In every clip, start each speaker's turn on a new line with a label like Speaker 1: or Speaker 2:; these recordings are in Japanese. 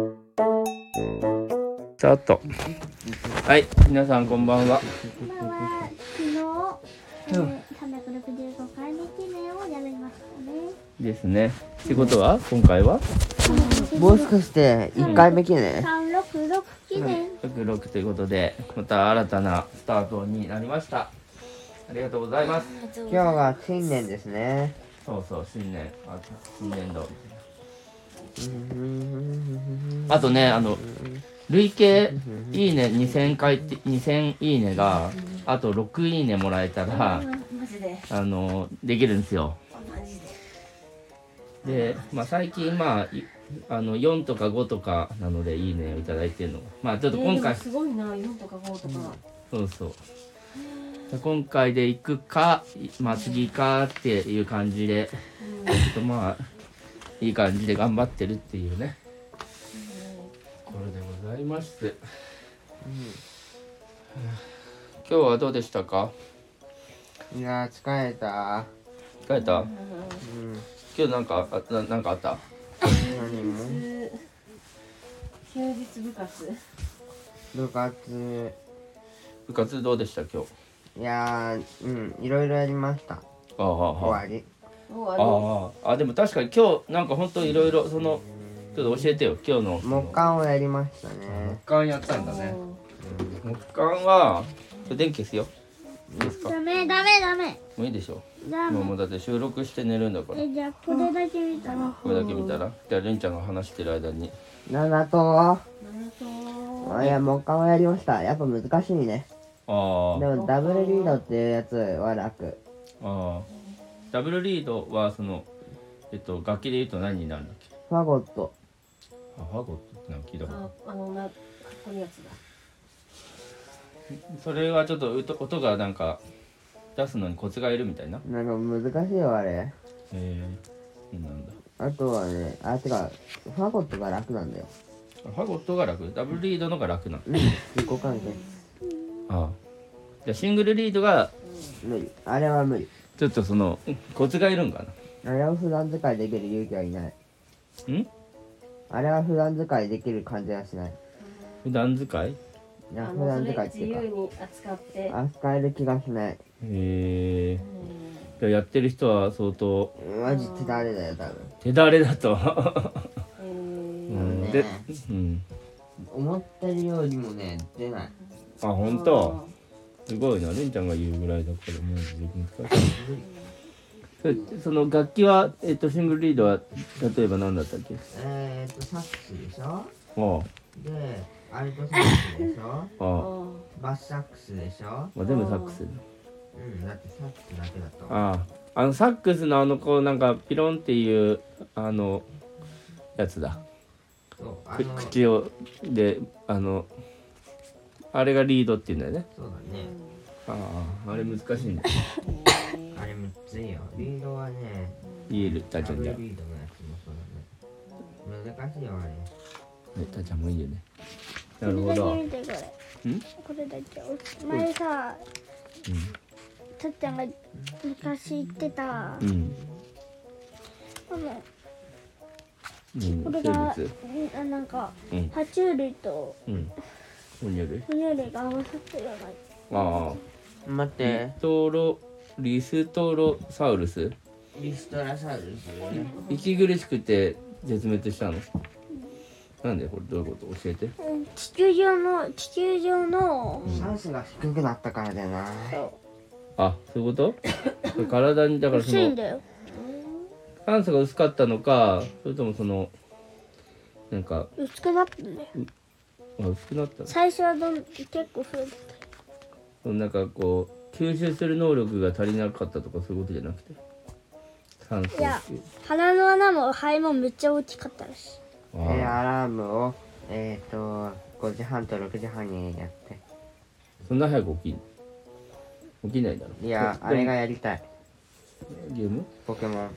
Speaker 1: スタートはい皆さんこんばんは
Speaker 2: 今は昨日、えー、365回目記念をやりましたね。
Speaker 1: ですねってことは今回は
Speaker 3: もしかして1回目記念
Speaker 2: 366記念、
Speaker 1: 106ということでまた新たなスタートになりましたありがとうございます
Speaker 3: 今日が新年ですね
Speaker 1: そうそう新年あ新年度
Speaker 3: うん
Speaker 1: あとねあの累計いいね2000回って2000いいねがあと6いいねもらえたら
Speaker 4: マジで
Speaker 1: あのできるんですよ
Speaker 4: マジで
Speaker 1: で、まあ、最近まあいあの4とか5とかなのでいいねをいただいてるのがまあちょっと今
Speaker 4: えーで
Speaker 1: 回
Speaker 4: もすごいな4とか5とか、
Speaker 1: そうそう今回で行くかいまあ次かっていう感じでちょっとまあいい感じで頑張ってるっていうねこれでございます、はあ今日はどうでしたか
Speaker 3: いやー疲れた
Speaker 1: 疲れた
Speaker 3: うん
Speaker 1: 今日なんかあななんかあった
Speaker 3: 何も
Speaker 4: 休休日部活
Speaker 3: 部活
Speaker 1: 部活どうでした今日
Speaker 3: いやーうんいろいろやりました
Speaker 1: ああ
Speaker 3: 終わり
Speaker 4: もうあの
Speaker 1: あああでも確かに今日なんか本当いろいろそのちょっと教えてよ今日の
Speaker 3: 木管をやりました
Speaker 1: 木
Speaker 3: ね
Speaker 1: 管やったんだね木管はちょ電気消すよいいですか
Speaker 2: ダメダメダメ
Speaker 1: もういいでしょ
Speaker 2: ダ
Speaker 1: もう
Speaker 2: メ
Speaker 1: もうだって収録して寝るんだから
Speaker 2: えじゃあこれだけ見たら
Speaker 1: これだけ見たらじゃあレンちゃんが話してる間に
Speaker 3: 7と
Speaker 4: なんと
Speaker 3: いや木管をやりましたやっぱ難しいね
Speaker 1: あ
Speaker 3: でもダブルリードっていうやつは楽
Speaker 1: あダブルリードはそのえっと楽器で言うと何になるんだっけ
Speaker 3: ファゴット
Speaker 1: あファゴットってなんか聞いたことあ
Speaker 4: ああのなかっこいいやつだ
Speaker 1: るそれはちょっとうと音がなんか出すのにコツがいるみたいな
Speaker 3: なんか難しいよあれ
Speaker 1: へえそうなんだ
Speaker 3: あとはねあてかファゴットが楽なんだよ
Speaker 1: ファゴットが楽ダブルリードのが楽なの
Speaker 3: うん自己完結
Speaker 1: ああじゃあシングルリードが
Speaker 3: 無理あれは無理
Speaker 1: ちょっとそのコツがいるんか
Speaker 3: あれは普段使いできる勇気はいない
Speaker 1: なん
Speaker 3: あれは普段使いできる感じはしない
Speaker 1: 普段使いへ
Speaker 3: いや
Speaker 4: あ
Speaker 3: 普
Speaker 4: のそ
Speaker 3: 段
Speaker 4: れ
Speaker 3: 使いって
Speaker 4: 自
Speaker 3: い
Speaker 4: 由
Speaker 3: う
Speaker 4: に扱って
Speaker 3: か扱える気がしない
Speaker 1: え
Speaker 4: うん
Speaker 1: じゃあやってる人は相当
Speaker 3: マジ手だれだよ多分
Speaker 1: 手だれだと
Speaker 4: えー
Speaker 1: うん
Speaker 3: ね
Speaker 1: で、うん、
Speaker 3: 思ってるよりもね出ない
Speaker 1: あ本当すごいなりんちゃんが言うぐらいだからもう自分使いその楽器は、えっと、シングルリードは例えば何だったっけ
Speaker 3: えー、っとサックスでしょ
Speaker 1: あ
Speaker 3: でアルトサックスでしょ
Speaker 1: あ
Speaker 4: あ
Speaker 1: ああ、
Speaker 4: ー
Speaker 3: バスサックスでしょ
Speaker 1: まあ、全部サックス
Speaker 3: うんだってサックスだけだと
Speaker 1: あああのサックスのあのこうなんかピロンっていうあのやつだ
Speaker 3: そうあ
Speaker 1: く口をであのあれがリードっていうんだよね
Speaker 3: そうだね
Speaker 1: あああれ難しいんだ
Speaker 3: あれむっついよリードはね
Speaker 1: 言えるたーちゃんじゃんね
Speaker 3: ードのやつもそうだね難しいよあれ
Speaker 1: たーちゃんもいいよね
Speaker 2: こ
Speaker 1: なる
Speaker 2: れ
Speaker 1: ほ
Speaker 2: だ
Speaker 1: ど
Speaker 2: け見てこれ
Speaker 1: ん
Speaker 2: これだけお前さたっちゃんが昔言ってた
Speaker 1: うんうん
Speaker 2: この
Speaker 1: うん
Speaker 2: こ
Speaker 1: 生
Speaker 2: れが
Speaker 1: 物
Speaker 2: あなんか
Speaker 1: うん
Speaker 2: 爬虫類と
Speaker 1: うん哺乳類
Speaker 2: 哺乳類が合わさってるよ
Speaker 1: ああ
Speaker 3: 待っ
Speaker 1: リトロリストロサウルス
Speaker 3: リストラサウルスだよね
Speaker 1: 息苦しくて絶滅したのなんでこれどういうこと教えて
Speaker 2: うなうん地球上の地球上の
Speaker 3: 酸素が低くなったからだよな
Speaker 2: そう
Speaker 1: あそういうこと これ体にだからそ
Speaker 2: 薄いん
Speaker 1: の
Speaker 2: だよ
Speaker 1: 酸素が薄かったのかそれともそのなんか
Speaker 2: 薄くなったんだよ
Speaker 1: あ薄くなったの
Speaker 2: 最初はどん結構増えて
Speaker 1: そのなんかこう吸収する能力が足りなかったとかそういうことじゃなくて酸素
Speaker 2: いや鼻の穴も肺もめっちゃ大きかったらし
Speaker 1: あ
Speaker 3: え
Speaker 1: ー
Speaker 3: ー、アラームをえっ、ー、と5時半と6時半にやって
Speaker 1: そんな早く起きん起きないだろ
Speaker 3: いや
Speaker 1: で
Speaker 3: あれがやりたい
Speaker 1: ゲーム
Speaker 3: ポケモン
Speaker 1: ああ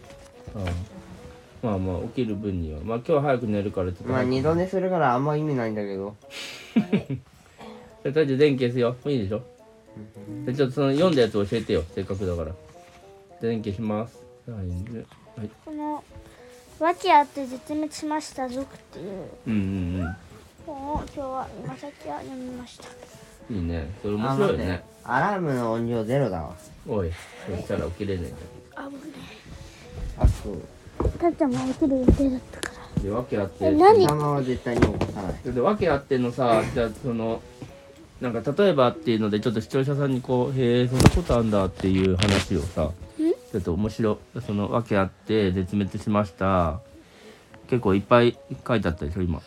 Speaker 1: まあまあ起きる分にはまあ今日は早く寝るからちょっと
Speaker 3: まあ
Speaker 1: 早く
Speaker 3: 二度寝するからあんま意味ないんだけど
Speaker 1: じゃあ大丈夫電気消すよもういいでしょでちょっとその読んだやつ教えてよせっかくだからじゃあ電気消しますはい
Speaker 2: この訳あって絶滅しました族っていう
Speaker 1: うんうん
Speaker 2: 本を今日は今さっきは読みました
Speaker 1: うんいいねそれ面白いよね
Speaker 3: アラームの音量ゼロだわ
Speaker 1: おいそしたら起きれないんだ
Speaker 2: あ僕ね
Speaker 3: あそう
Speaker 2: たっちゃんも起きる予定だったから
Speaker 1: けどで訳あって
Speaker 2: え何
Speaker 3: 頭は絶対に起こさない
Speaker 1: で訳あってのさじゃあそのなんか例えばっていうのでちょっと視聴者さんにこう「へえそんなことあんだ」っていう話をさちょっと面白いその訳あって絶滅しました結構いっぱい書いてあったでしょ今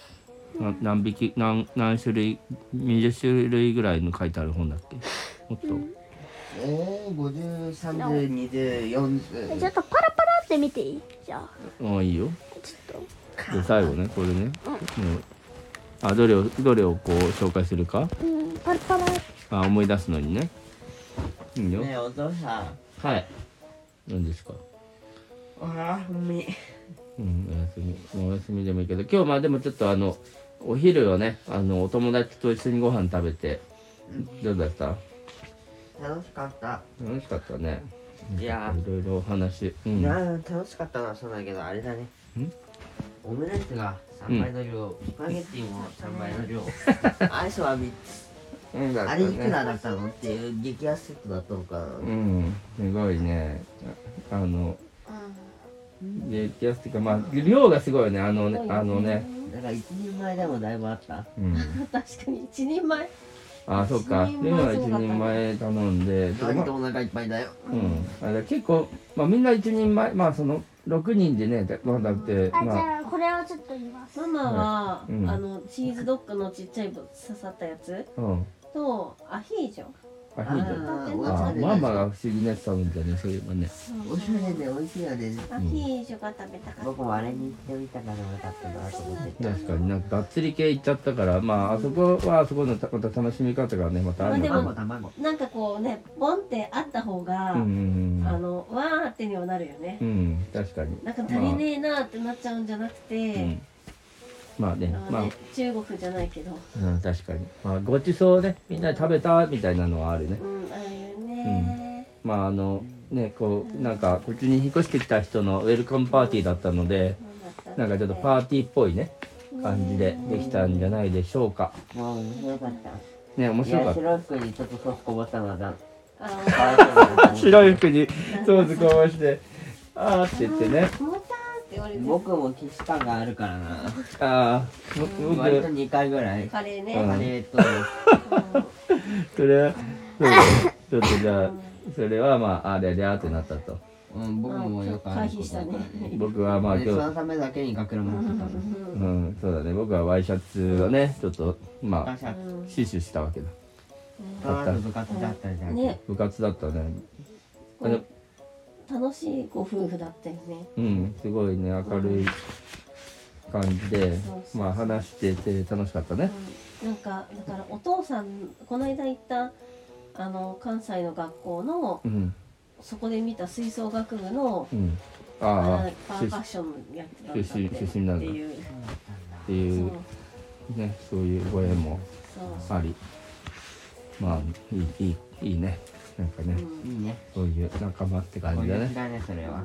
Speaker 1: な何匹何何種類20種類ぐらいの書いてある本だっけもっと、
Speaker 3: えー、530204
Speaker 2: えちょっとパラパラって見ていいじゃあ
Speaker 1: ああいいよ
Speaker 2: ちょっ
Speaker 1: で最後ねこれね、うんあどれをどれをこう紹介するか
Speaker 2: とうんパラパラ
Speaker 1: あ思い出すのにねいいよ、
Speaker 3: ねえお父さん
Speaker 1: はい何ですか
Speaker 3: おはみ
Speaker 1: うん、お休み、お休みでもいいけど、今日まあでもちょっとあの、お昼をね、あの、お友達と一緒にご飯食べて、どうだった
Speaker 3: 楽しかった
Speaker 1: 楽しかったね。
Speaker 3: いや
Speaker 1: いろいろお話。うん。
Speaker 3: な
Speaker 1: あ
Speaker 3: 楽しかったのはそうだけどあれだね
Speaker 1: ん
Speaker 3: オムライスが3倍の量、スパゲッティも3 倍の量アイスは3つあれいくらだったのっていう激安セットだったのかな
Speaker 1: うん、すごいね。ああの、で、気安っていうか、まあ、量がすごいよね、あのね、あのね。
Speaker 3: だから1人前でもだいぶあった
Speaker 1: うん。
Speaker 4: 確かに一人前
Speaker 1: あそうか。
Speaker 4: 一人前
Speaker 1: 今は一
Speaker 4: すごかったね
Speaker 1: 人前頼んで、ちょっとま
Speaker 3: 割
Speaker 1: あ
Speaker 3: とお腹いっぱいだよ
Speaker 1: うん、あれ結構、まあ、みんな一人前まあその6人でねだまあだって
Speaker 2: あじ
Speaker 1: まあ
Speaker 2: ゃあこれをちょっと言います
Speaker 4: ママは、
Speaker 1: うん
Speaker 4: あのチーズドッグのちっちゃいぶ刺さったやつ
Speaker 1: うん
Speaker 4: とアヒージョ
Speaker 1: アヒージョ
Speaker 4: あ
Speaker 3: あ
Speaker 4: ー
Speaker 3: ー美味
Speaker 1: あ
Speaker 3: しか
Speaker 1: あ
Speaker 3: ったね
Speaker 1: ママが不思議なやつ食べんだねそういえばね
Speaker 3: おしゃれで美味しいよね
Speaker 4: アヒージョが食べたかっ
Speaker 3: 僕もあれに行ってみたからよかったなと思って
Speaker 1: 確かになんかがっつり系いっちゃったからまああそこはあそこのたまた楽しみ方がねまたあるのか
Speaker 4: ま
Speaker 1: な
Speaker 4: あ
Speaker 3: 卵卵
Speaker 4: たなんかこうねボンってあった方が、
Speaker 1: うんうん
Speaker 4: あのわーってにはなるよね
Speaker 1: うん、うん、確かに
Speaker 4: なんか足りねえなーってなっちゃうんじゃなくて、
Speaker 1: うんまあね
Speaker 4: あのね
Speaker 1: まあ、
Speaker 4: 中国じゃないけど、
Speaker 1: うん、確かにまあごちそうねみんなで食べたみたいなのはあるね
Speaker 4: うん、ああいうね
Speaker 1: まああのねこうなんかこっちに引っ越してきた人のウェルカムパーティーだったのでなんかちょっとパーティーっぽいね感じでできたんじゃないでしょうか
Speaker 3: もう面白かった
Speaker 1: ね面
Speaker 3: い
Speaker 1: 白か
Speaker 3: や
Speaker 1: った
Speaker 3: 白い服にちょっとソフこぼったのはダメ
Speaker 4: あ の
Speaker 1: 白い服にソースこぼしてあーって言ってね
Speaker 4: モーターって言われて
Speaker 3: 僕もキス感があるからな
Speaker 1: ああも僕
Speaker 3: 割と2回ぐらい
Speaker 4: カレーね、
Speaker 1: うん
Speaker 3: カレーと
Speaker 1: それはそうちょっとじゃあそれはまああれりゃーってなったと
Speaker 3: うん僕もよくある
Speaker 4: 回避したね
Speaker 1: 僕はまあ
Speaker 3: でそ
Speaker 1: 今
Speaker 3: の
Speaker 1: 日
Speaker 3: ためだけに隠れ持ってたの
Speaker 1: うんそうだね僕はワイシャツをねちょっとまあ
Speaker 3: ガシャッ
Speaker 1: 死守したわけだ
Speaker 3: その後部活だったりだ
Speaker 4: うんね
Speaker 1: 部活だったねあの
Speaker 4: 楽しいご夫婦だったよね
Speaker 1: うん、すごいね、明るい感じで
Speaker 4: そう、そう
Speaker 1: まあ話してて楽しかったね。
Speaker 4: なんかだからお父さんこの間行ったあの関西の学校の
Speaker 1: うん、
Speaker 4: そこで見た吹奏楽部の
Speaker 1: うん。
Speaker 4: あ
Speaker 1: あ
Speaker 4: のパ
Speaker 1: あ、
Speaker 4: ー
Speaker 1: 出
Speaker 4: カ
Speaker 1: 身っ
Speaker 4: ッションやってたんだって
Speaker 1: 出身出身なんだ
Speaker 4: っていう
Speaker 1: て
Speaker 4: そ
Speaker 1: いうう、ね、そういうご縁も
Speaker 4: そう
Speaker 1: あり、まあ、いい、いい、いいね。なんかね、
Speaker 3: いいね
Speaker 1: そういう仲間って感
Speaker 3: こ
Speaker 1: じ
Speaker 3: う
Speaker 1: だ
Speaker 3: いう日
Speaker 1: ね。
Speaker 3: だねそれは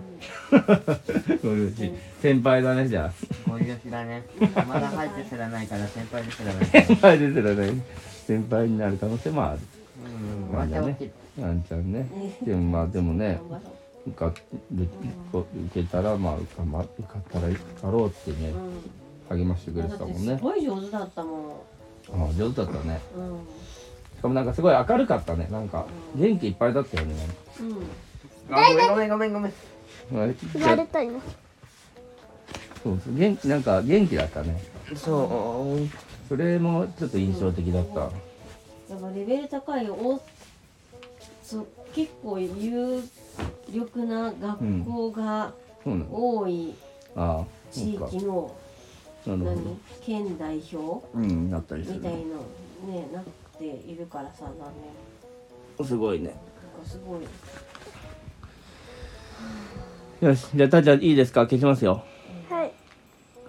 Speaker 1: そういうし先輩だね、じゃ
Speaker 3: こういう日だ ねまだ入ってすらないから先輩ですらない
Speaker 1: あ。先輩ですらね、先輩になる可能性もある。
Speaker 3: うんまた起きる
Speaker 1: あんちゃんね。でもまあ、でもね、
Speaker 4: 頑張ろ
Speaker 1: 受かるこう受けたらまあ受か,、ま、受かったら受かろうってね
Speaker 4: ううん
Speaker 1: 励ましてくれて
Speaker 4: だ
Speaker 1: た
Speaker 4: っ
Speaker 1: も
Speaker 4: て
Speaker 1: ん
Speaker 4: す
Speaker 1: ね
Speaker 4: ごい上手だったも
Speaker 1: ああ上手だったね
Speaker 4: んうん
Speaker 1: しかもなんかすごい明るかったねなんか元気いっぱいだったよねなんか
Speaker 4: うん
Speaker 3: あごめんごめんごめんごめん
Speaker 1: はい
Speaker 2: 言
Speaker 1: じゃ
Speaker 2: わ
Speaker 1: あ
Speaker 2: れたいな
Speaker 1: そうそう元気なんか元気だったね
Speaker 3: そう
Speaker 1: それもちょっと印象的だった、
Speaker 4: やっぱレベル高いおそう結構有力な学校が
Speaker 1: そうなの
Speaker 4: 多い
Speaker 1: ああそ
Speaker 4: 地
Speaker 1: うか
Speaker 4: 域の、
Speaker 1: なるほど
Speaker 4: 何県代表
Speaker 1: うんなったりす
Speaker 4: み
Speaker 1: る
Speaker 4: たいのねなっているからさなんか
Speaker 1: すごいね
Speaker 4: すごい
Speaker 1: よしじゃあたっちゃんいいですか消しますよ
Speaker 2: はい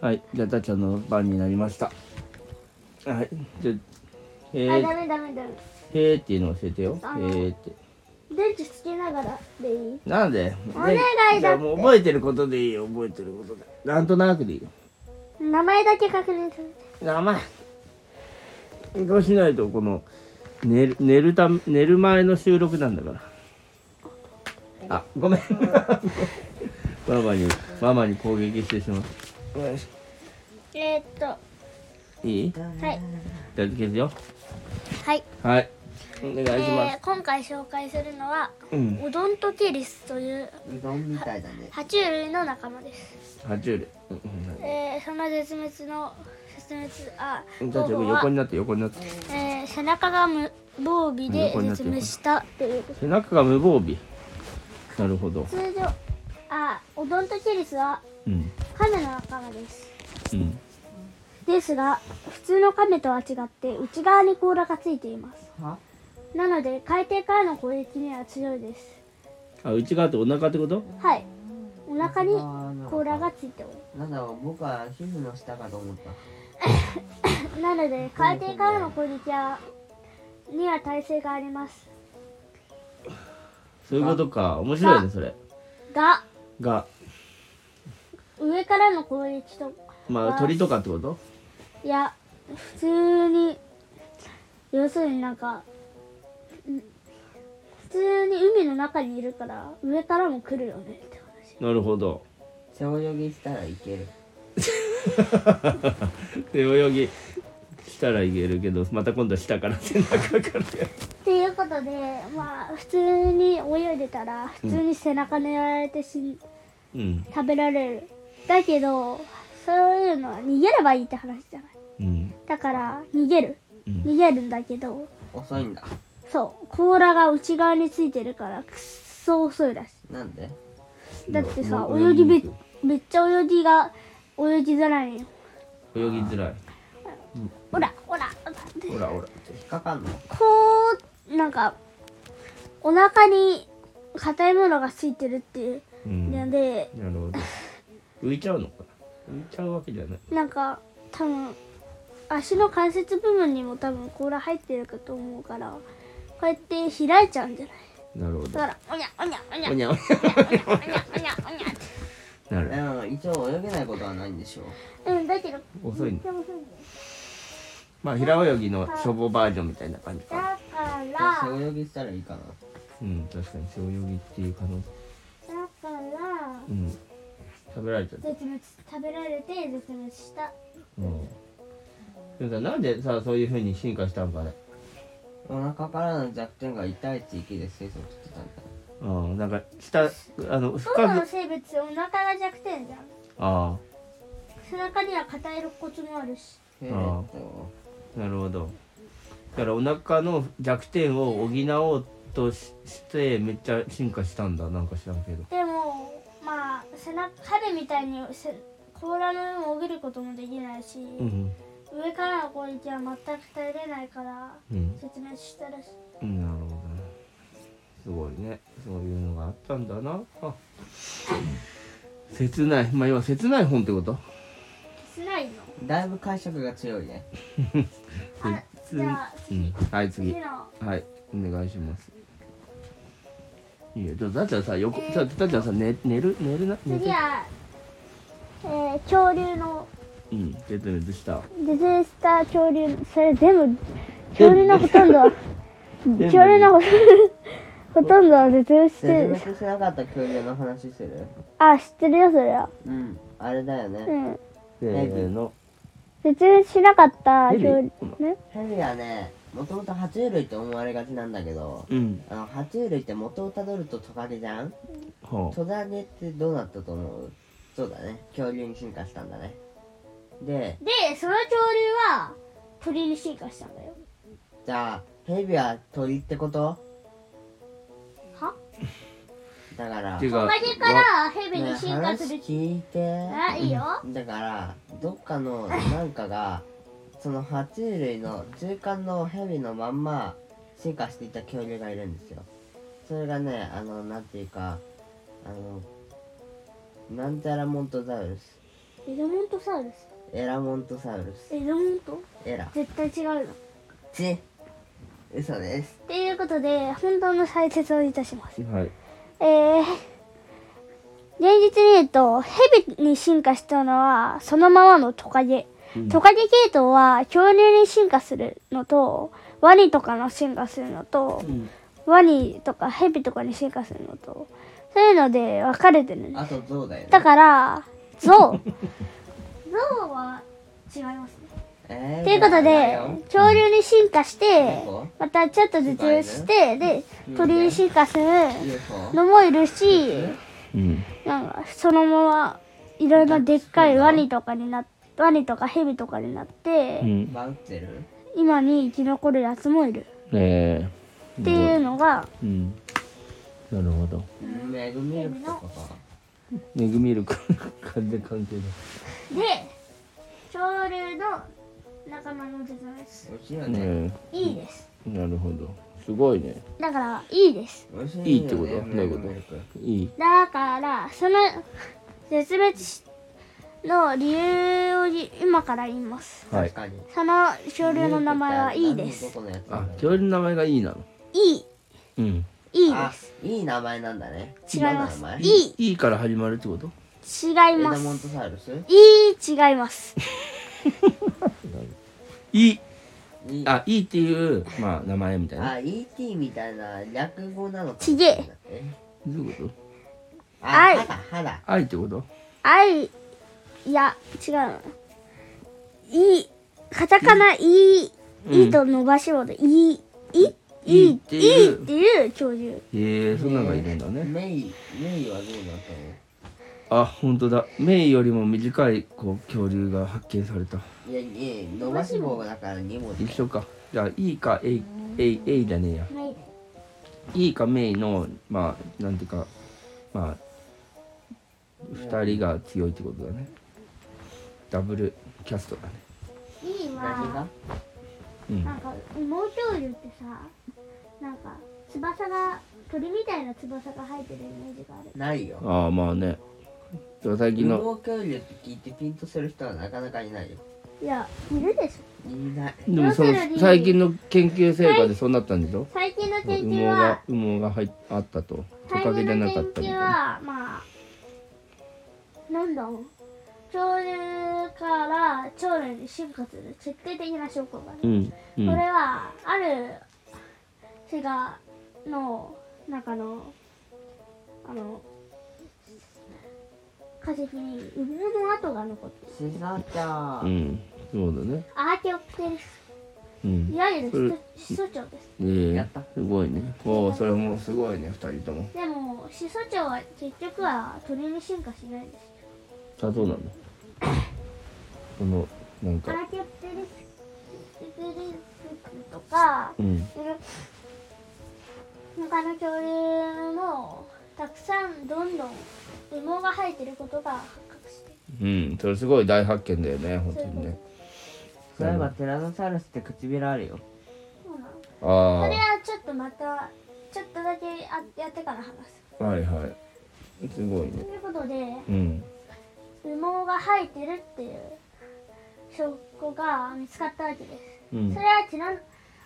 Speaker 1: はいじゃあたっちゃんの番になりましたはいじゃあえ
Speaker 2: あ
Speaker 1: ー
Speaker 2: ダメダメダメ
Speaker 1: へーっていうのを教えてよ。へ
Speaker 2: あの
Speaker 1: ーって。
Speaker 2: 電池つけながらでいい
Speaker 1: なんで
Speaker 2: お願いだって
Speaker 1: じゃあもう覚えてることでいいよ覚えてることでなんとなくでいいよ
Speaker 2: 名前だけ確認する
Speaker 1: 名前こうしないとこの寝る寝るため寝る前の収録なんだからあごめんママにママに攻撃してしまうよし
Speaker 2: えー、っと
Speaker 1: いいい
Speaker 2: はい
Speaker 1: ただきますよ
Speaker 2: はい、
Speaker 1: はいお願いし
Speaker 2: え
Speaker 1: ます
Speaker 2: ー、今回紹介するのは
Speaker 1: うん
Speaker 2: オドントテリスという
Speaker 3: うどんみたいだね
Speaker 2: 爬虫類の仲間です、
Speaker 1: 爬虫類うんうん
Speaker 2: えー、その絶滅の絶滅あ
Speaker 1: ちょっ
Speaker 2: 方
Speaker 1: と
Speaker 2: 法
Speaker 1: 横
Speaker 2: は
Speaker 1: に、なって横になって
Speaker 2: えー、背中が無防備で
Speaker 1: 横になって
Speaker 2: 絶滅したっていうこと
Speaker 1: 背中が無防備なるほど
Speaker 2: 通常あオドントテリスは
Speaker 1: うん
Speaker 2: カメの仲間です
Speaker 1: うん
Speaker 2: ですが普通のカメとは違って内側に甲羅がついています
Speaker 3: は
Speaker 2: なので海底からの攻撃には強いです
Speaker 1: あ内側ってお腹ってこと
Speaker 2: はいお腹に甲
Speaker 3: こ
Speaker 2: 羅がついており
Speaker 3: なんだろう僕は皮膚の下かと思った
Speaker 2: なので海底からの攻撃はには耐性があります
Speaker 1: そういうことか面白いねそれ
Speaker 2: が
Speaker 1: が
Speaker 2: 上からの攻撃と
Speaker 1: まあ
Speaker 2: あ
Speaker 1: 鳥とかってこと
Speaker 2: いや普通に要するになんかん普通に海の中にいるから上からも来るよねって話
Speaker 1: なるほど
Speaker 3: 背泳ぎしたらいける
Speaker 1: で泳ぎしたらいけるけどまた今度は下から背中から
Speaker 2: っていうことでまあ普通に泳いでたら普通に背中狙われてし、ん、
Speaker 1: うん
Speaker 2: 食べられるだけどそういうのは逃げればいいって話じゃない
Speaker 1: うん
Speaker 2: だから逃げる
Speaker 1: うん
Speaker 2: 逃げるんだけど
Speaker 3: 遅いんだ
Speaker 2: そう甲羅が内側についてるからくっそ遅いらし
Speaker 3: なんで
Speaker 2: いだってさ
Speaker 1: もう
Speaker 2: 泳ぎめ
Speaker 1: 泳ぎに
Speaker 2: めっちゃ泳ぎが泳ぎづらいよ
Speaker 1: 泳ぎづらい
Speaker 2: ほらほらほらで
Speaker 1: ほらほら
Speaker 3: 引っかかんの
Speaker 2: こうなんかお腹に硬いものがついてるっていう
Speaker 1: うんな
Speaker 2: の
Speaker 1: る
Speaker 2: で、
Speaker 1: ほど浮いちゃうのかな浮いちゃうわけじゃない
Speaker 2: なんか多分足の関節部分にも多分甲羅入ってるかと思うからこうやって開いちゃうんじゃない
Speaker 1: なるほど
Speaker 2: だからおにゃおにゃおにゃお
Speaker 1: お
Speaker 2: にゃ
Speaker 1: にゃおに
Speaker 2: おにゃおにゃおにゃおにゃっ
Speaker 1: ゃ
Speaker 2: て
Speaker 1: な
Speaker 3: で
Speaker 1: る
Speaker 3: も一応泳げないことはないんでしょ
Speaker 2: うんだけど
Speaker 1: 遅いね
Speaker 2: でもそう
Speaker 1: まあ平泳ぎの消防バージョンみたいな感じ
Speaker 2: だ
Speaker 1: か
Speaker 2: よだから
Speaker 3: 背泳ぎしたらいいかな
Speaker 1: うん確かに背泳ぎっていう可能性
Speaker 2: だから
Speaker 1: うん食べられちゃった
Speaker 2: 絶滅食べられて絶滅した
Speaker 1: うんでもさなんでさそういうふうに進化したんかね
Speaker 3: お腹からの弱点が痛い地域で生息してたんだ
Speaker 1: うんなんか下あの
Speaker 2: 僕ら
Speaker 1: 深
Speaker 2: の
Speaker 1: く
Speaker 2: 性別お腹が弱点じゃん
Speaker 1: あ
Speaker 2: 背中には硬い肋骨もあるし
Speaker 3: えーっと
Speaker 1: あなるほどだからお腹の弱点を補おうとししてめっちゃ進化したんだなんか知らんけど
Speaker 2: でもまあ背中彼みたいにせ甲羅の上を潜ることもできないし、
Speaker 1: うん
Speaker 2: 上からの攻撃は全く耐えれないから
Speaker 1: うん、
Speaker 2: 説明したらしい
Speaker 1: うん、なるほどねすごいねそういうのがあったんだなあ切ないまあ今切ない本ってこと
Speaker 2: 消せないの
Speaker 3: だいぶ解釈が強 いね
Speaker 2: あじゃあ
Speaker 1: うんはい次
Speaker 2: 次の
Speaker 1: はい、お願いします。いいよ、ちょっと、だってさ、横、ちょっと、だってさ、寝、寝る、寝るな、寝
Speaker 2: 次
Speaker 1: て。
Speaker 2: は、えー恐竜の
Speaker 1: うん、出てるした。
Speaker 2: 絶滅した恐竜それ全部恐竜のほとんどは
Speaker 1: 部
Speaker 2: 恐竜のほとんどほとんどは絶滅し
Speaker 3: 絶
Speaker 2: てる
Speaker 3: 滅しなかった恐竜の話する
Speaker 2: あ知ってるよそれは
Speaker 3: うんあれだよ
Speaker 2: う
Speaker 3: ね
Speaker 2: ん
Speaker 1: せーの。
Speaker 2: 絶滅しなかった
Speaker 1: ヘビ
Speaker 2: 恐竜ね
Speaker 3: ヘビはねもともと爬虫類って思われがちなんだけど
Speaker 1: うん、
Speaker 3: あの爬虫類って元をたどるとトカゲじゃん
Speaker 1: ほ
Speaker 3: トカゲってどうなったと思うそうだね恐竜に進化したんだねで
Speaker 2: でその恐竜は鳥に進化したんだよ
Speaker 3: じゃあヘビは鳥ってこと
Speaker 2: は
Speaker 3: だから
Speaker 1: う。違う。
Speaker 2: トカゲからヘビに進化する
Speaker 3: ねえ話聞いて
Speaker 2: あいいよ
Speaker 3: だからどっかのなんかがその爬虫類の中間のヘビのまんま進化していた恐竜がいるんですよそれがねあのなんていうかあのなんちゃらモントザウルス
Speaker 2: エドモントサウルス
Speaker 3: エラモントサウルス
Speaker 2: エドモント
Speaker 3: エラ
Speaker 2: 絶対違うの
Speaker 3: チ嘘です
Speaker 2: ということで本当の解説をいたします
Speaker 1: はい
Speaker 2: えー、現実に言うと、蛇に進化したのは、そのままのトカゲ。トカゲ系統は、恐竜に進化するのと、ワニとかの進化するのと、ワニとか蛇とかに進化するのと、そういうので分かれてるんで
Speaker 3: あとゾウだよ
Speaker 2: す。
Speaker 3: ね
Speaker 2: だから、ゾウ。 ゾウは違いますね。
Speaker 3: えー
Speaker 2: ということで、恐竜に進化して
Speaker 3: 猫、
Speaker 2: またちょっとずつして、で、鳥に進化する
Speaker 3: UFO
Speaker 2: のもいるし、
Speaker 1: うん
Speaker 2: なんかそのままいろいろでっかいワニとかになワニとかヘビとかになって、
Speaker 1: うん
Speaker 3: バウってる
Speaker 2: 今に生き残るやつもいる
Speaker 1: ええ
Speaker 2: っていうのが
Speaker 1: うんなるほど
Speaker 3: メグミルクとかか
Speaker 1: めぐみるか完全関係ない
Speaker 2: で恐竜の仲間の説明です
Speaker 3: 美味しいよね
Speaker 1: ね
Speaker 2: いいです
Speaker 1: えなるほどすごいね
Speaker 2: だからいいです
Speaker 3: 美味しいよね
Speaker 1: いいってことどう
Speaker 3: メ
Speaker 1: いう
Speaker 3: グ
Speaker 1: こ
Speaker 3: ミルク
Speaker 1: といい
Speaker 2: だからその絶滅しの理由をい今から言います
Speaker 1: はい
Speaker 3: 確かに
Speaker 2: その恐竜の名前はいいです
Speaker 3: どこのやつ
Speaker 1: あ
Speaker 3: なんだろう
Speaker 1: 恐竜の名前がいいなの
Speaker 2: いい
Speaker 1: うん
Speaker 2: いいで
Speaker 3: あ
Speaker 2: す
Speaker 3: いい名前なんだね
Speaker 2: 違います
Speaker 3: どんな名前
Speaker 2: いい
Speaker 1: いいから始まるってこと
Speaker 2: 違い
Speaker 3: エ
Speaker 2: ま
Speaker 3: ダモン
Speaker 2: す
Speaker 3: トサウルス
Speaker 2: いい違います
Speaker 1: いい
Speaker 3: いい
Speaker 1: あいいっていうまあ名前みたいな
Speaker 3: あ E.T. みたいな略語なのか
Speaker 2: ちげえ
Speaker 3: え
Speaker 1: どういうこと
Speaker 3: あ
Speaker 2: はい
Speaker 3: 肌肌
Speaker 1: 愛ってこと
Speaker 2: 愛いや違うのいいカタカナいい、
Speaker 1: うん
Speaker 2: いいと伸ばし棒でいいいいい
Speaker 1: いい
Speaker 2: い
Speaker 1: っ
Speaker 2: ってて
Speaker 1: いう
Speaker 2: いう恐竜
Speaker 1: へえそんなのがいるんだね
Speaker 3: メイメイはどうなったの
Speaker 1: あ本当だメイよりも短いこう恐竜が発見された
Speaker 3: いやいや伸ばし棒だから2文字
Speaker 1: 一緒かじゃあいいかえいえいえいじゃねえや
Speaker 2: はい
Speaker 1: いいかメイのまあなんていうかまあ2人が強いってことだねダブルキャストだね
Speaker 2: いい
Speaker 3: 何
Speaker 2: は
Speaker 3: が
Speaker 1: うん
Speaker 2: なんか羽毛恐竜ってさなんか翼が鳥みたいな翼が生えてるイメージがある
Speaker 3: ないよ
Speaker 1: ああまあねで最近
Speaker 3: 羽
Speaker 1: の
Speaker 3: 毛恐竜って聞いてピンとする人はなかなかいないよ
Speaker 2: いやいるでしょ
Speaker 3: いない
Speaker 1: でもその
Speaker 2: 要するに
Speaker 1: 最近の研究成果でそうなったんでしょ
Speaker 2: 最近の
Speaker 1: 羽
Speaker 2: 研
Speaker 1: 毛
Speaker 2: 究
Speaker 1: が
Speaker 2: は
Speaker 1: 羽毛が入っあったとト
Speaker 2: 最
Speaker 1: カゲじゃ
Speaker 2: 近
Speaker 1: な
Speaker 2: の
Speaker 1: か
Speaker 2: 研
Speaker 1: ったみたい
Speaker 2: 究
Speaker 1: な
Speaker 2: はまあなんだろう恐竜から鳥類に進化する決定的な証拠がある
Speaker 1: うんうん
Speaker 2: これはあるセガの中のあの化石に羽毛の跡が残ってる
Speaker 3: シザちゃ
Speaker 1: うんんそうだね
Speaker 2: アーケオプテリス
Speaker 1: うん
Speaker 2: いわゆる始祖鳥です
Speaker 1: え
Speaker 3: や
Speaker 1: え
Speaker 3: った
Speaker 1: すごいねおおそれもすごいね二人とも
Speaker 2: でも始祖鳥は結局は鳥に進化しないです
Speaker 1: あそうなんだこのなん
Speaker 2: ア
Speaker 1: か
Speaker 2: ーケオプテリスプテリスとか
Speaker 1: うん
Speaker 2: いろ他の恐竜もたくさんどんどん羽毛が生えてることが発覚してる
Speaker 1: うんそれすごい大発見だよね本当にね
Speaker 3: そういえばティラノサウルスって唇あるよ
Speaker 2: そうなの
Speaker 1: あ
Speaker 2: それはちょっとまたちょっとだけあやってから話す
Speaker 1: あはいはいすごいね
Speaker 2: ということで
Speaker 1: うん
Speaker 2: 羽毛が生えてるっていう証拠が見つかったわけです
Speaker 1: うん
Speaker 2: それはティラノ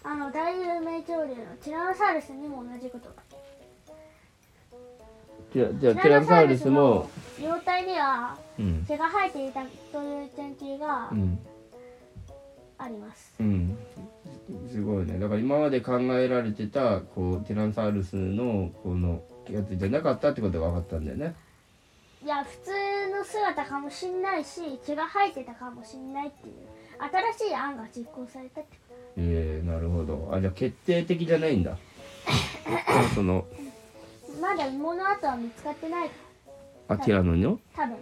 Speaker 2: あの大有名恐竜のティラノサウルスにも同じことが
Speaker 1: じゃあじゃあティラノサウルスも
Speaker 2: ティラノサウルスの両体には
Speaker 1: うん
Speaker 2: 毛が生えていたという研究が
Speaker 1: うん
Speaker 2: あります、
Speaker 1: うんすごいねだから今まで考えられてたこうティラノサウルスのこのやつじゃなかったってことが分かったんだよね
Speaker 2: いや普通の姿かもしんないし毛が生えてたかもしんないっていう新しい案が実行されたってこと
Speaker 1: ええなるほどあじゃあ決定的じゃないん だその
Speaker 2: まだ羽毛の跡は見つかってないか
Speaker 1: あティラノの
Speaker 2: ら多分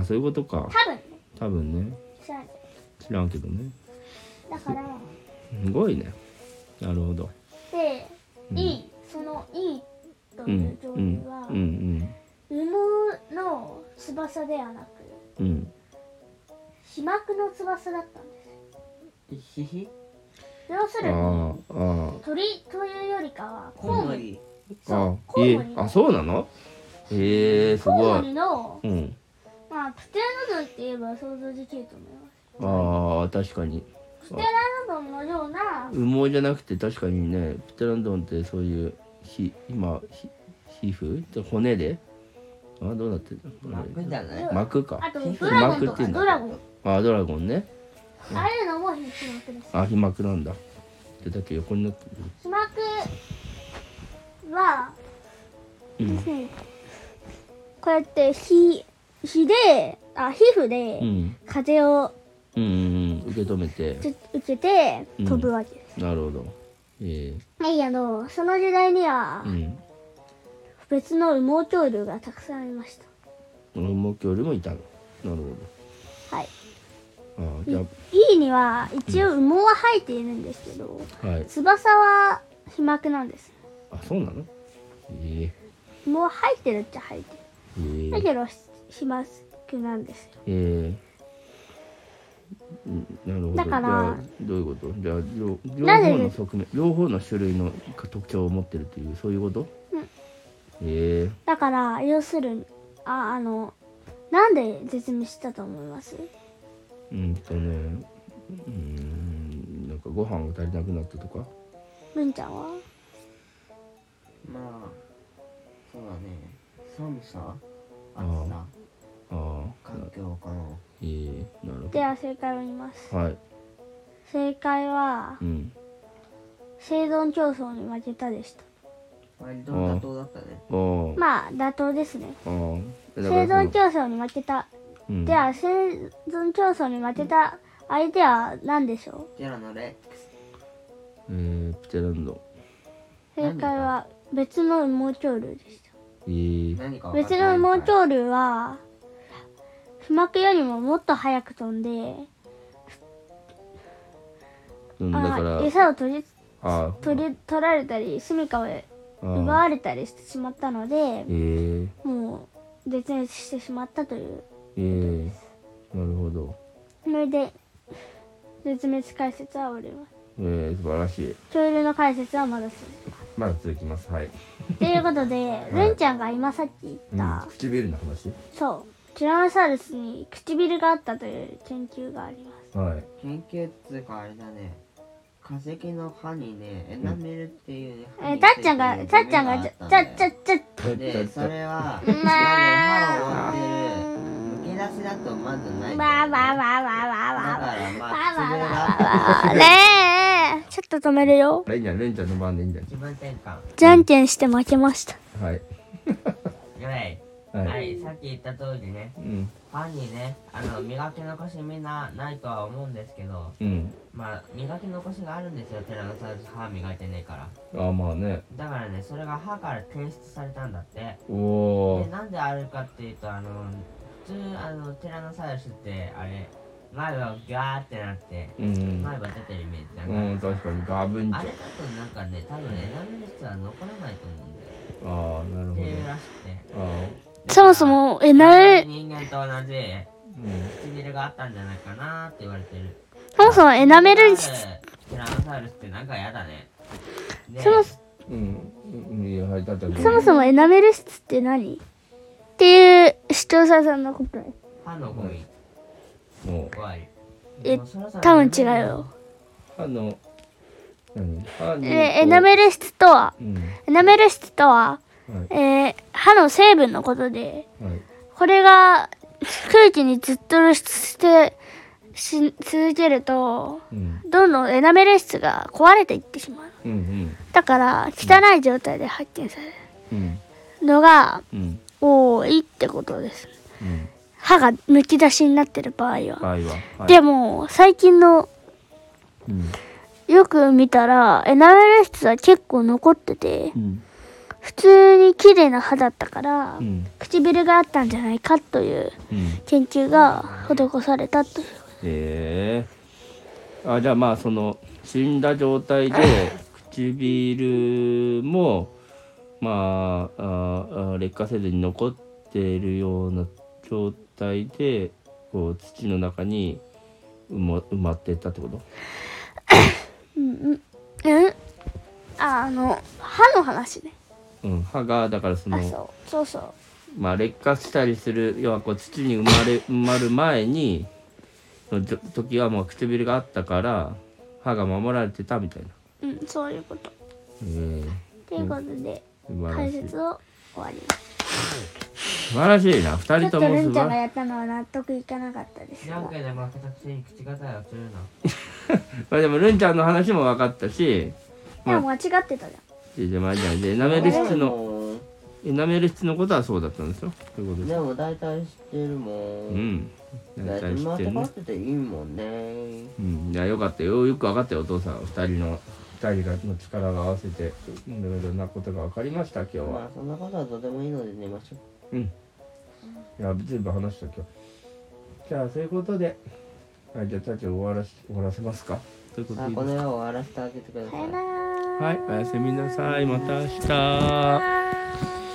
Speaker 1: あそういうことか
Speaker 2: 多分ね
Speaker 1: 多分ね
Speaker 2: 知らない
Speaker 1: 知らんけどね
Speaker 2: だから
Speaker 1: すごいねなるほど
Speaker 2: で、いいそのいいと
Speaker 1: う
Speaker 2: いうん恐
Speaker 1: う
Speaker 2: 竜
Speaker 1: ん
Speaker 2: は、
Speaker 1: うん
Speaker 2: 羽毛の翼ではなく
Speaker 1: うんうん
Speaker 2: 飛膜の翼だったんです
Speaker 3: ひひ
Speaker 2: 要す
Speaker 1: あ
Speaker 2: るに
Speaker 1: ーあ
Speaker 2: 鳥というよりかはコ
Speaker 3: コ
Speaker 2: ウ
Speaker 3: ウモ
Speaker 2: モリ
Speaker 3: リ
Speaker 1: ーあ
Speaker 2: そう
Speaker 1: え
Speaker 2: コウモリ
Speaker 1: あそうなのへえす
Speaker 2: コウ
Speaker 1: ご
Speaker 2: モ
Speaker 1: い
Speaker 2: リの
Speaker 1: うん
Speaker 2: まあプテノゾイって言えば想像できると思いま
Speaker 1: あー確かに
Speaker 2: すプテラノドンのような
Speaker 1: 羽毛じゃなくて確かにねプテラノドンってそういうひ今ひ皮膚って骨であどうなってるの
Speaker 3: 巻くじゃない
Speaker 1: 膜か
Speaker 2: あとドラゴンと
Speaker 1: 膜ってい
Speaker 2: か
Speaker 1: うんだ
Speaker 2: ドラゴン
Speaker 1: あドラゴンね
Speaker 2: ああいうのも皮膜です
Speaker 1: あ皮膜なんだでだけ横になって
Speaker 2: 皮膜は
Speaker 1: るうん
Speaker 2: こうやって火火であ皮膚
Speaker 1: う
Speaker 2: で
Speaker 1: ん
Speaker 2: 風を
Speaker 1: うんうんうん受け止めて
Speaker 2: ちょ受けて
Speaker 1: うん
Speaker 2: 飛ぶわけです、
Speaker 1: なるほどえ
Speaker 2: はいあのその時代には
Speaker 1: えうん
Speaker 2: 別の羽毛恐竜がたくさんいまし
Speaker 1: 羽毛恐竜もいたのなる
Speaker 2: たはい
Speaker 1: ほどあじゃ
Speaker 2: E には一応羽毛は生えているんですけど
Speaker 1: あはい
Speaker 2: 翼は皮膜なんです
Speaker 1: あそうなのえ
Speaker 2: もう入ってるっちゃ入って
Speaker 1: ええ
Speaker 2: る
Speaker 1: え
Speaker 2: だけどしまくなんですよ
Speaker 1: えーうんなるほど
Speaker 2: だから
Speaker 1: じゃあどういうことじゃあ両両
Speaker 2: なぜ
Speaker 1: 方の側面両方の種類の特徴を持ってるというそういうこと、
Speaker 2: うん
Speaker 1: え
Speaker 2: だから要するにああのなんで絶滅したと思います
Speaker 1: えうんとねうんなんかご飯が足りなくなったとか
Speaker 2: 文ちゃんは
Speaker 3: まあそうだね寒さ
Speaker 1: あ
Speaker 3: 暑さ
Speaker 1: ああ
Speaker 3: 環境かな
Speaker 1: ええなるほ
Speaker 2: では正解を言います
Speaker 1: どはい
Speaker 2: 正解は
Speaker 1: うん
Speaker 2: 生存競争に負けたでした
Speaker 3: 割と妥当だったね
Speaker 1: ああ、
Speaker 2: まあ妥当ですね
Speaker 1: ああえだか
Speaker 2: 生
Speaker 1: らその
Speaker 2: 存競争に負けた
Speaker 1: うん
Speaker 2: では生存競争に負けた相手は何でしょ
Speaker 3: ジェラのレ
Speaker 1: えー、プテランド
Speaker 2: う正解は別の羽毛恐竜でした
Speaker 1: ええ
Speaker 3: 何かわかん
Speaker 2: 別
Speaker 3: な
Speaker 2: の
Speaker 3: い
Speaker 2: 羽毛恐竜は飛膜よりももっと早く飛んで、
Speaker 1: うんだか
Speaker 2: あ
Speaker 1: ら
Speaker 2: 餌を取り
Speaker 1: あ
Speaker 2: 取り取られたり住みかを奪
Speaker 1: ああ
Speaker 2: われたりしてしまったので
Speaker 1: ええ
Speaker 2: もう絶滅してしまったという
Speaker 1: ええなるほど
Speaker 2: それで絶滅解説は終わります
Speaker 1: えー、素晴らしい。
Speaker 2: 恐竜の解説はまだす
Speaker 1: まだ続きます。はい。
Speaker 2: るということでルンちゃんが今さっき言っ
Speaker 1: うん
Speaker 2: た、、
Speaker 1: 唇の話。
Speaker 2: そうティラノサウルスに唇があったという研究があります
Speaker 1: はい。
Speaker 3: 研究っつうかあれだね化石の歯にねエナメルっていうね歯
Speaker 2: え
Speaker 3: に
Speaker 2: たっちゃんが
Speaker 3: ついて
Speaker 2: た
Speaker 3: る
Speaker 2: っちゃんが
Speaker 3: ゴ
Speaker 2: ち
Speaker 3: ミ
Speaker 2: ゃ
Speaker 3: あ
Speaker 2: ちゃ
Speaker 3: たん
Speaker 2: ち
Speaker 3: だ
Speaker 2: ゃ
Speaker 3: よ
Speaker 2: ちゃ
Speaker 3: でそれは
Speaker 2: ま
Speaker 3: ま
Speaker 2: あ
Speaker 3: ず歯を折ってるむき出しだとまずない
Speaker 2: わーわーわー
Speaker 3: んだよね
Speaker 2: わーわーわーわーわ
Speaker 3: だからまあ
Speaker 2: ーわーわー
Speaker 3: それが
Speaker 2: あれーちょっと止めるよ
Speaker 1: レンちゃん、レンちゃんの番でいいんじゃ
Speaker 3: 気分転換
Speaker 2: じゃんけんして負けました
Speaker 1: ない。はい。
Speaker 3: は
Speaker 1: は
Speaker 3: い
Speaker 1: い。
Speaker 3: はい、さっき言った通りね、
Speaker 1: うん。
Speaker 3: パンにね、あの磨き残しみんなないとは思うんですけど、
Speaker 1: うん。
Speaker 3: まあ磨き残しがあるんですよ、ティラノサウルス歯磨いてねえから。
Speaker 1: あ、まあね。
Speaker 3: だからね、それが歯から検出されたんだって。
Speaker 1: お
Speaker 3: で
Speaker 1: お、。
Speaker 3: なんであるかっていうと、あの、普通、あの、ティラノサウルスって、あれ、前はガーってなって、
Speaker 1: うん。
Speaker 3: 前歯出てるイメージだから、
Speaker 1: うん、確かに、ガブンチ
Speaker 3: あ
Speaker 1: ョ。
Speaker 3: れだとなんかね、多分エナメル質は残らないと思うんだ
Speaker 1: ああ、な
Speaker 3: よ。
Speaker 1: る
Speaker 3: っ
Speaker 1: ほ
Speaker 3: て
Speaker 1: ど
Speaker 3: いう
Speaker 1: ね。
Speaker 3: らしくて。
Speaker 1: ああ。
Speaker 2: そもそもえなれ
Speaker 3: 人間と同
Speaker 1: う
Speaker 3: じ。
Speaker 1: ん。
Speaker 3: 唇があったんじゃないかなーって言われてる
Speaker 2: そもそもエナメル質
Speaker 3: ティラノサウルスってなんかやだねね
Speaker 2: そも
Speaker 1: うん。うん。いや、はい、だって。
Speaker 2: そもそもエナメル質って何っていう視聴者さんのことね
Speaker 3: 歯のゴミ
Speaker 1: も
Speaker 3: 終わり
Speaker 2: え
Speaker 3: もうそろそろ
Speaker 2: 多分違うよ
Speaker 1: う、あの。何。歯に。
Speaker 2: えエナメル質とは
Speaker 1: うん。は
Speaker 2: エナメル質とは、
Speaker 1: い。
Speaker 2: えー歯の成分のことで
Speaker 1: はい。
Speaker 2: これが空気にずっと露出してし続けると
Speaker 1: うん。
Speaker 2: どんどんエナメル質が壊れていってしま
Speaker 1: う
Speaker 2: う
Speaker 1: ん。
Speaker 2: だから汚い状態で発見され
Speaker 1: うん。うん。
Speaker 2: るのが
Speaker 1: うん。
Speaker 2: 多いってことです
Speaker 1: うん。
Speaker 2: 歯がむき出しになってる場合は、
Speaker 1: 場合は。はい
Speaker 2: で。も最近の
Speaker 1: うん。
Speaker 2: よく見たらエナメル質は結構残ってて
Speaker 1: うん。
Speaker 2: 普通に綺麗な歯だったから、
Speaker 1: うん。
Speaker 2: 唇があったんじゃないかという
Speaker 1: うん。
Speaker 2: 研究が施されたという
Speaker 1: へえあじゃあまあその死んだ状態で唇もまあああ劣化せずに残っているような状態でこう土の中に埋ま埋まっていったってこと
Speaker 2: うんああの歯の話ね
Speaker 1: うん、歯がだからそ
Speaker 2: あ
Speaker 1: の
Speaker 2: そうそうそう
Speaker 1: まあ、劣化したりする要はこう土に埋まれ埋まる前にのじょ時はもう唇があったから歯が守られてたみたいな。
Speaker 2: うん、そういうこと。
Speaker 1: えー、
Speaker 2: ということで、
Speaker 1: 素晴ら
Speaker 2: 解
Speaker 1: しい。
Speaker 2: 説を終わります。
Speaker 1: 素晴らしいな。二
Speaker 2: ちょ
Speaker 1: 人
Speaker 2: っ
Speaker 1: と
Speaker 2: と
Speaker 1: も
Speaker 2: ル
Speaker 1: 素
Speaker 2: ンちゃん
Speaker 1: 晴ら
Speaker 2: が
Speaker 1: しい。
Speaker 2: やったのは納得いかなかったですが。
Speaker 3: でも当たくせに口答えをするな。
Speaker 1: まあでもルンちゃんの話も分かったし、
Speaker 2: でも間違ってたじ
Speaker 1: ででまあじゃあでナメル質のナメル質のことはそうだったんですよ。ということで
Speaker 3: でも大体知ってるも。
Speaker 1: うんん。大体知
Speaker 3: 今
Speaker 1: って
Speaker 3: て
Speaker 1: る
Speaker 3: まっ
Speaker 1: ね。
Speaker 3: てていいもんね。
Speaker 1: うん。いやよかったよ。よく分かったよお父さん。二人の二人がの力が合わせていろいろなことが分かりました今日
Speaker 3: ま
Speaker 1: は
Speaker 3: あ。そんなことはどうでもいいので寝ましょう。
Speaker 1: うん。いや全部話した今日。じゃあそういうことで、はいじゃあたちを終わらし終わらせますか。ということ
Speaker 3: あ
Speaker 1: でいい
Speaker 3: こ
Speaker 1: で
Speaker 3: の
Speaker 1: す
Speaker 3: 世を終わらせてあげてくだ
Speaker 2: ゃん。
Speaker 3: さ
Speaker 2: さよ
Speaker 3: い
Speaker 2: な。ら。
Speaker 1: はいおやすみなさい。また明日。
Speaker 2: い。